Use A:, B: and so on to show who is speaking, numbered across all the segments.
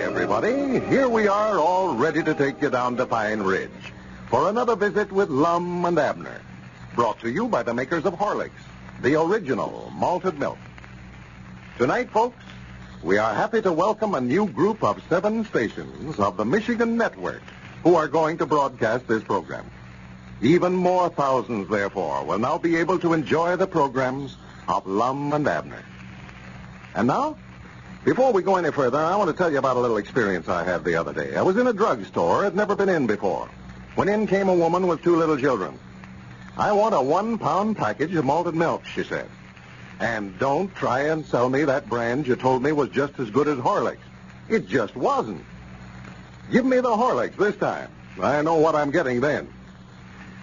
A: everybody. Here we are, all ready to take you down to Pine Ridge for another visit with Lum and Abner. Brought to you by the makers of Horlicks, the original malted milk. Tonight, folks, we are happy to welcome a new group of seven stations of the Michigan Network who are going to broadcast this program. Even more thousands, therefore, will now be able to enjoy the programs of Lum and Abner. And now, before we go any further, I want to tell you about a little experience I had the other day. I was in a drugstore I'd never been in before, when in came a woman with two little children. I want a one-pound package of malted milk, she said. And don't try and sell me that brand you told me was just as good as Horlicks. It just wasn't. Give me the Horlicks this time. I know what I'm getting then.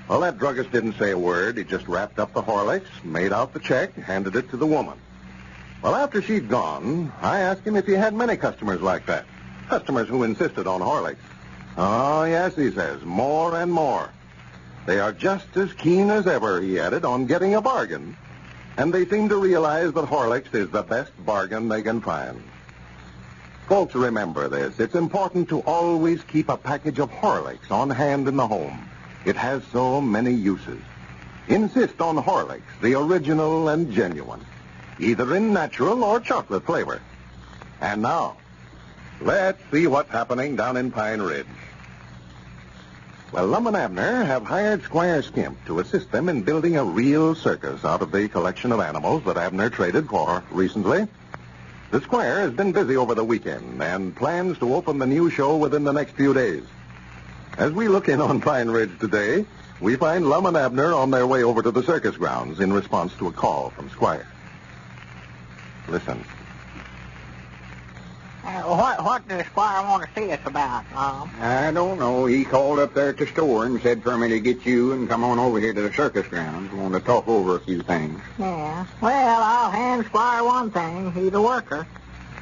A: Well, that druggist didn't say a word. He just wrapped up the Horlicks, made out the check, handed it to the woman. Well, after she'd gone, I asked him if he had many customers like that. Customers who insisted on Horlicks. Oh, yes, he says, more and more. They are just as keen as ever, he added, on getting a bargain. And they seem to realize that Horlicks is the best bargain they can find. Folks, remember this. It's important to always keep a package of Horlicks on hand in the home. It has so many uses. Insist on Horlicks, the original and genuine, either in natural or chocolate flavor. And now, let's see what's happening down in Pine Ridge. Well, Lum and Abner have hired Squire Skimp to assist them in building a real circus out of the collection of animals that Abner traded for recently. The Squire has been busy over the weekend and plans to open the new show within the next few days. As we look in on Pine Ridge today, we find Lum and Abner on their way over to the circus grounds in response to a call from Squire. Listen.
B: Uh, what what does Squire want to see us about, Mom?
C: I don't know. He called up there at the store and said for me to get you and come on over here to the circus grounds. Want to talk over a few things.
B: Yeah. Well, I'll hand Squire one thing. He's a worker.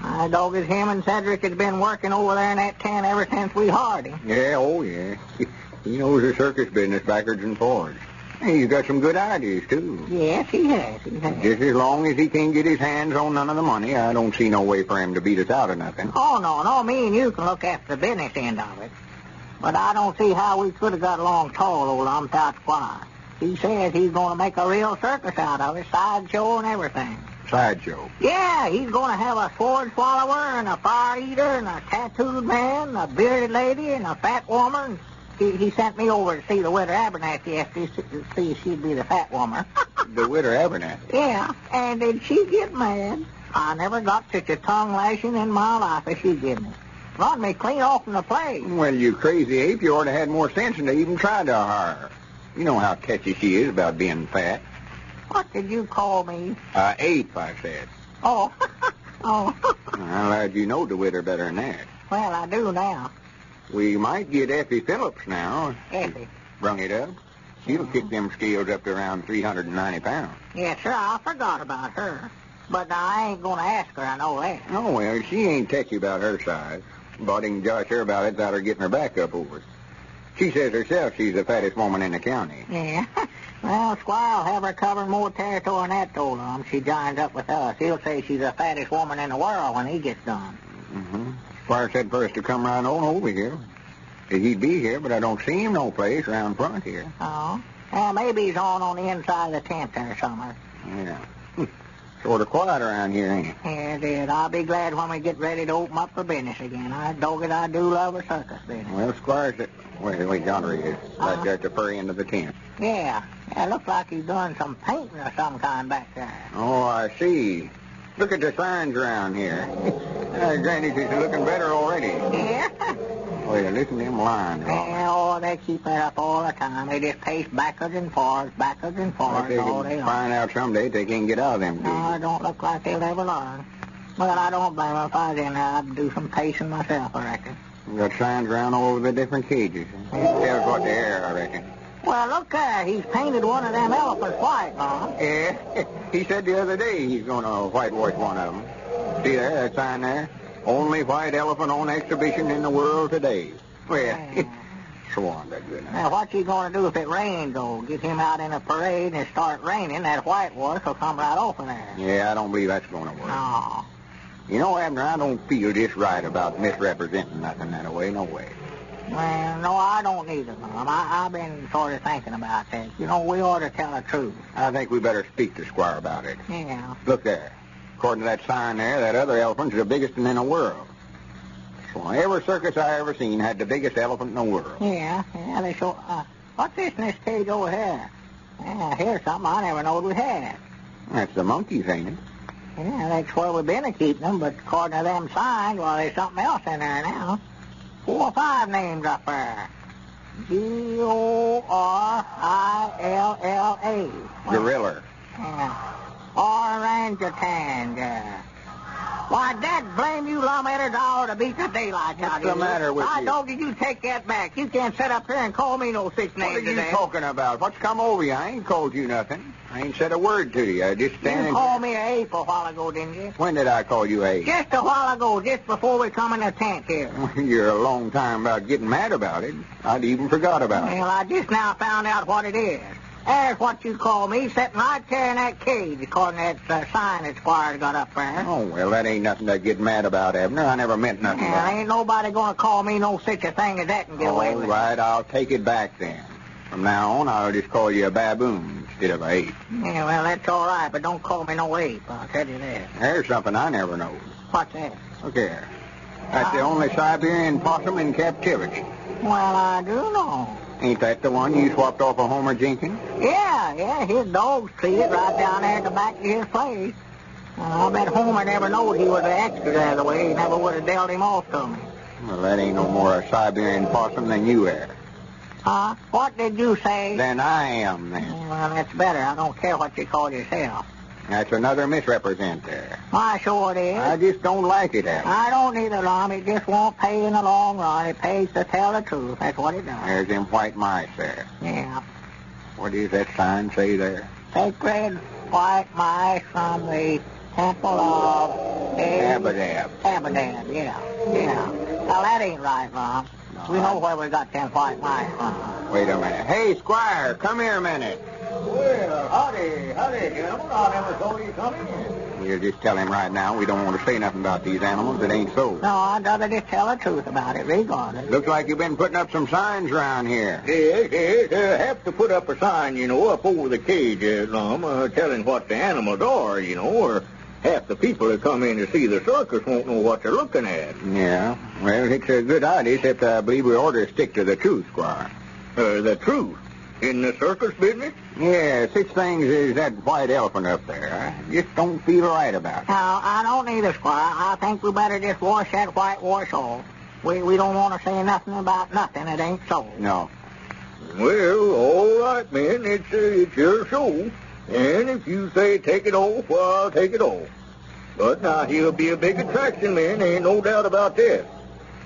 B: I dogged him and Cedric has been working over there in that tent ever since we hired him.
C: Yeah, oh yeah. He knows the circus business backwards and forwards. Hey, he's got some good ideas too.
B: Yes, he has. He has.
C: Just as long as he can get his hands on none of the money, I don't see no way for him to beat us out of nothing.
B: Oh, no, no, me and you can look after the business end of it. But I don't see how we could have got along tall, old Umtout Squire. He says he's going to make a real circus out of it, sideshow and everything.
C: Sideshow.
B: Yeah, he's going to have a sword swallower and a fire eater and a tattooed man, and a bearded lady and a fat woman. He, he sent me over to see the widow Abernathy after he s- see if she'd be the fat woman.
C: The Widder Abernathy.
B: yeah, and did she get mad? I never got such a tongue lashing in my life as she did me. Run me clean off from the place.
C: Well, you crazy ape, you ought to had more sense than to even try to hire her. You know how catchy she is about being fat.
B: What did you call me?
C: Uh, ape, I said.
B: Oh, oh.
C: I'm glad you know the Widder better than that.
B: well, I do now.
C: We might get Effie Phillips now.
B: Effie.
C: Brung it up. She'll kick them scales up to around 390 pounds.
B: Yes, sir, I forgot about her. But I ain't going to ask her, I know that.
C: Oh, well, she ain't touchy about her size. Bodding Josh her about it without her getting her back up over it. She says herself she's the fattest woman in the county.
B: Yeah. Well, Squire'll have her covering more territory than that told on. She joins up with us. He'll say she's the fattest woman in the world when he gets done.
C: Mm-hmm. Squire said for us to come right on over here. Said He'd be here, but I don't see him no place around front here.
B: Oh. Well, maybe he's on on the inside of the tent there somewhere.
C: Yeah. Hmm. sort of quiet around here, ain't it?
B: Yeah, did. I'll be glad when we get ready to open up for business again. I dog it, I do love a circus business.
C: Well, Squire said... Wait, wait, Donnery is right there at the far end of the tent.
B: Yeah. Yeah, looks like he's doing some painting of some kind back there.
C: Oh, I see. Look at the signs around here. uh, Granny's is looking better already.
B: Yeah.
C: Well, listen to them lines. Robert.
B: Well, they keep that up all the time. They just pace backwards and forwards, backwards and
C: If
B: forwards
C: they Uh,
B: all
C: can
B: day long.
C: Oh, find out someday if they can get out of them.
B: No, I
C: ditches.
B: don't look like they'll ever learn. Well, I don't blame 'em If I was in there, I'd do some pacing myself, I reckon.
C: We got signs around all over the different cages. Tells what they are, I reckon.
B: Well, look there. He's painted one of them elephants white, Mom.
C: Yeah, he said the other day he's going to whitewash one of them. See there, that sign there? Only white elephant on exhibition in the world today. Well, swan, that good.
B: Now, what's he going to do if it rains, though? Get him out in a parade and it start raining, that whitewash will come right off of there.
C: Yeah, I don't believe that's going to work.
B: No.
C: You know, Abner, I don't feel just right about misrepresenting nothing that way, no way.
B: Well, no, I don't either, Mom. I, I've been sort of thinking about this. You know, we ought to tell the truth.
C: I think we better speak to Squire about it.
B: Yeah.
C: Look there. According to that sign there, that other elephant's the biggest one in the world. Well, every circus I ever seen had the biggest elephant in the world.
B: Yeah, yeah, they show. Uh, what's this in this cage over here? Yeah, here's something I never knowed we had.
C: That's the monkeys, ain't it?
B: Yeah, that's where we've been a keeping them, but according to them signs, well, there's something else in there now. Four or five names up there. G-O-R-I-L-L-A.
C: Gorilla.
B: Yeah. Orangutan. yeah. Why, that blame you lawmakers all to beat the daylights out of you.
C: the matter with
B: I
C: you?
B: don't think you take that back. You can't sit up here and call me no six
C: What
B: names
C: are you
B: today.
C: talking about? What's come over you? I ain't called you nothing. I ain't said a word to you. I just
B: You
C: standing.
B: called me an ape a while ago, didn't you?
C: When did I call you a?
B: Just a while ago, just before we come in the tent here.
C: You're a long time about getting mad about it. I'd even forgot about it.
B: Well, I just now found out what it is. There's what you call me, sitting right there in that cage, according to that uh, sign that Squire's got up there.
C: Oh, well, that ain't nothing to get mad about, Abner. I never meant nothing
B: Yeah,
C: by it.
B: ain't nobody going to call me no such a thing as that and get away
C: All
B: with
C: right, I'll take it back then. From now on, I'll just call you a baboon instead of a ape.
B: it. Yeah, well, that's all right, but don't call me no ape, I'll tell you that.
C: There's something I never know.
B: What's that?
C: Look there. That's the only Siberian possum in captivity.
B: Well, I do know.
C: Ain't that the one you swapped off of Homer Jenkins?
B: Yeah, yeah, his dog's treated right down there at the back of his place. Uh, I bet Homer never knowed he was an extra that the way. He never would have dealt him off to me.
C: Well, that ain't no more a Siberian possum than you are.
B: Huh? What did you say?
C: Than I am, then.
B: Well, that's better. I don't care what you call yourself.
C: That's another misrepresent there.
B: I sure it is.
C: I just don't like it, Abner.
B: I don't either, Lom. It just won't pay in the long run. It pays to tell the truth. That's what it does.
C: There's them white mice there.
B: Yeah.
C: What does that sign say there?
B: Sacred white mice from the temple of...
C: Abadab.
B: Abadab, yeah. Yeah. Now, that ain't right, Lom. We know where we got them white mice from.
C: Wait a minute. Hey, Squire, come here a minute.
B: Well, howdy, howdy, gentlemen. I never told you come in.
C: We'll just tell him right now we don't want to say nothing about these animals. It ain't so.
B: No, I'd rather just tell the truth about it, regardless.
C: Looks like you've been putting up some signs around here.
D: Yes, yes. Uh, have to put up a sign, you know, up over the cage, uh, Lum, uh, telling what the animals are, you know, or half the people that come in to see the circus won't know what they're looking at.
C: Yeah. Well, it's a good idea, except I believe we ought to stick to the truth, Squire.
D: Uh, the truth. In the circus business?
C: Yeah, such things as that white elephant up there. I just don't feel right about it.
B: Now, I don't either, Squire. I think we better just wash that white wash off. We, we don't want to say nothing about nothing. It ain't so.
C: No.
D: Well, all right, men. It's, uh, it's your show. And if you say take it off, well, I'll take it off. But now, he'll be a big attraction, man. Ain't no doubt about that.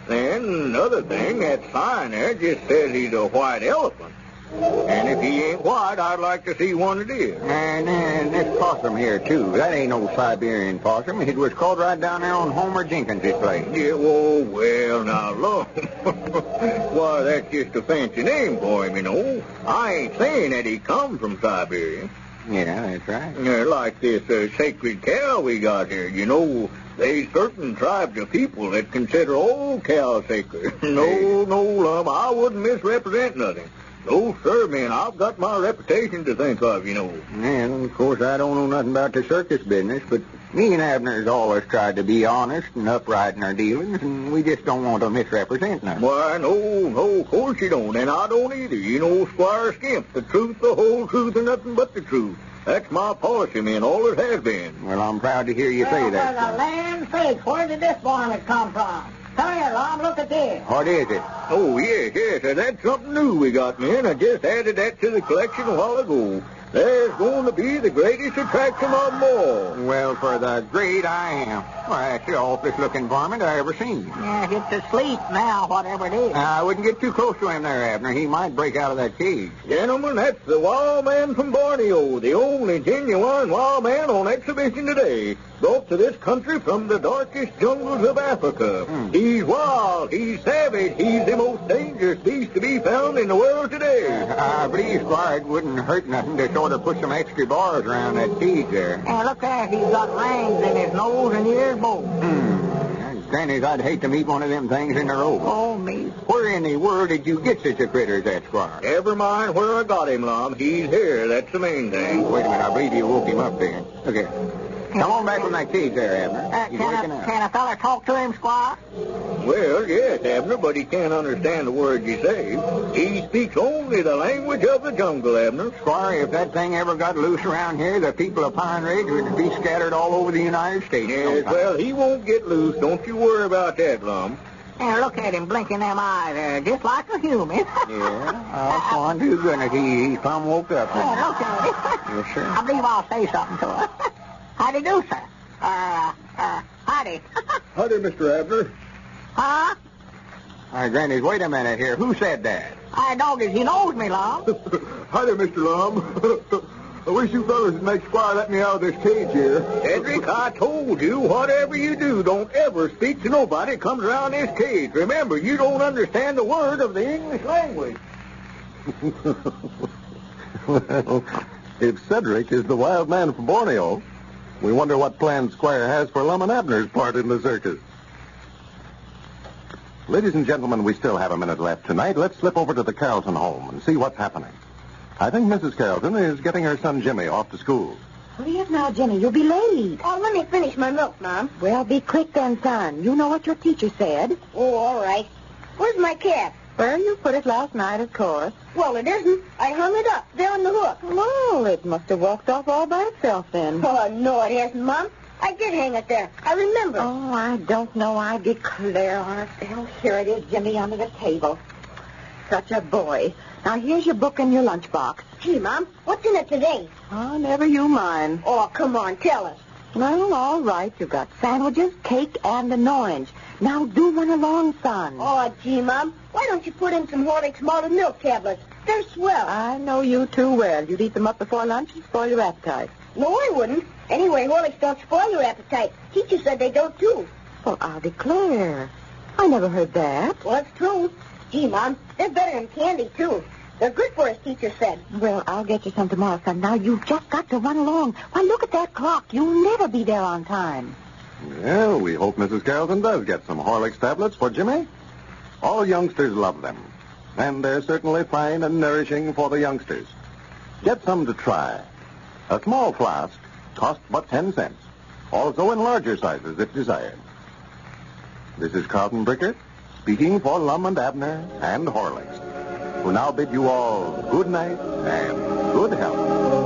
D: And another thing, that sign there just says he's a white elephant. And if he ain't white, I'd like to see one that is.
C: And, and this possum here, too. That ain't no Siberian possum. It was caught right down there on Homer Jenkins' place.
D: Yeah, well, well, now, look. Why, that's just a fancy name for him, you know. I ain't saying that he come from Siberia.
C: Yeah, that's right.
D: Yeah, like this uh, sacred cow we got here. You know, they certain tribes of people that consider all cows sacred. no, no, love, I wouldn't misrepresent nothing. No, sir, man, I've got my reputation to think of, you know.
C: Well, of course, I don't know nothing about the circus business, but me and Abner's always tried to be honest and upright in our dealings, and we just don't want to misrepresent nothing.
D: Why, no, no, of course you don't, and I don't either. You know, Squire Skimp, the truth, the whole truth, and nothing but the truth. That's my policy, man, all it has been.
C: Well, I'm proud to hear you say that.
B: for the
C: sir.
B: land sakes, where did this varmint come from? Come here, Lom, look at this.
C: What is it?
D: Oh, yes, yes, and that's something new we got, man. I just added that to the collection a while ago. There's going to be the greatest attraction of them all.
C: Well, for the great I am. Why, that's the awfulest looking varmint I ever seen.
B: Yeah, it's asleep now, whatever it is.
C: I wouldn't get too close to him there, Abner. He might break out of that cage.
D: Gentlemen, that's the wild man from Borneo, the only genuine wild man on exhibition today, brought to this country from the darkest jungles of Africa.
C: Hmm.
D: He's wild, he's savage, he's the most dangerous beast to be found in the world today.
C: Uh-huh. Ah, I believe Squire it wouldn't hurt nothing to show
E: ought to put some extra bars around that cage there.
F: And look there, he's got rings in his nose and ears both.
E: Hmm. Grannies, I'd hate to meet one of them things in a row.
F: Oh, me.
E: Where in the world did you get such a critter as that squire?
D: Never mind where I got him, Lum. He's here. That's the main thing.
E: Wait a minute, I believe you woke him up there. Look here. Come on back from that cage there, Abner.
F: Uh,
E: He's
F: can,
E: waking
F: a,
E: up.
F: can a feller talk to him, Squire?
D: Well, yes, Abner, but he can't understand the words you say. He speaks only the language of the jungle, Abner.
E: Squire, if that thing ever got loose around here, the people of Pine Ridge would be scattered all over the United States.
D: Yes,
E: sometime.
D: well, he won't get loose. Don't you worry about that, Lum.
F: And look at him blinking them eyes there, just like a human.
E: Yeah, I fond you gonna he, he plumb woke up.
F: Yeah, look at him.
E: Yes, sir.
F: I believe I'll say something to him. Howdy do, sir. Uh, uh, howdy.
D: Howdy, Mr. Abner.
F: huh?
E: All right, Granny, wait a minute here. Who said that?
F: I dog is he knows me, Lum.
D: Howdy, Mr. Lum. I wish you fellas would make Squire let me out of this cage here. Edric, I told you, whatever you do, don't ever speak to nobody that comes around this cage. Remember, you don't understand the word of the English language.
C: well, if Cedric is the wild man from Borneo, we wonder what plan Squire has for Lum and Abner's part in the circus. Ladies and gentlemen, we still have a minute left tonight. Let's slip over to the Carrollton home and see what's happening. I think Mrs. Carrollton is getting her son Jimmy off to school.
B: Hurry up now, Jimmy. You'll be late.
G: Oh, let me finish my milk, Mom.
B: Well, be quick then, son. You know what your teacher said.
G: Oh, all right. Where's my cap?
B: Where you put it last night, of course.
G: Well, it isn't. I hung it up there on the hook.
B: Well, it must have walked off all by itself then.
G: Oh, no, it hasn't, Mom. I did hang it there. I remember.
B: Oh, I don't know. I declare, Well, here it is, Jimmy, under the table. Such a boy. Now, here's your book and your lunchbox.
G: Gee, Mom, what's in it today?
B: Oh, never you mind.
G: Oh, come on, tell us.
B: Well, all right. You've got sandwiches, cake, and an orange. Now, do run along, son.
G: Oh, gee, Mom, why don't you put in some Horlick's malted milk tablets? They're swell.
B: I know you too well. You'd eat them up before lunch and spoil your appetite.
G: no, I wouldn't. Anyway, Horlicks don't spoil your appetite. Teacher said they don't, too.
B: Well, I'll declare. I never heard that.
G: Well, it's true. Gee, Mom, they're better than candy, too. They're good for us, teacher said.
B: Well, I'll get you some tomorrow, son. Now you've just got to run along. Why, look at that clock. You'll never be there on time.
C: Well, we hope Mrs. Carrollton does get some Horlicks tablets for Jimmy. All youngsters love them, and they're certainly fine and nourishing for the youngsters. Get some to try. A small flask costs but 10 cents, also in larger sizes if desired. This is Carlton Bricker, speaking for Lum and Abner and Horlicks, who now bid you all good night and good health.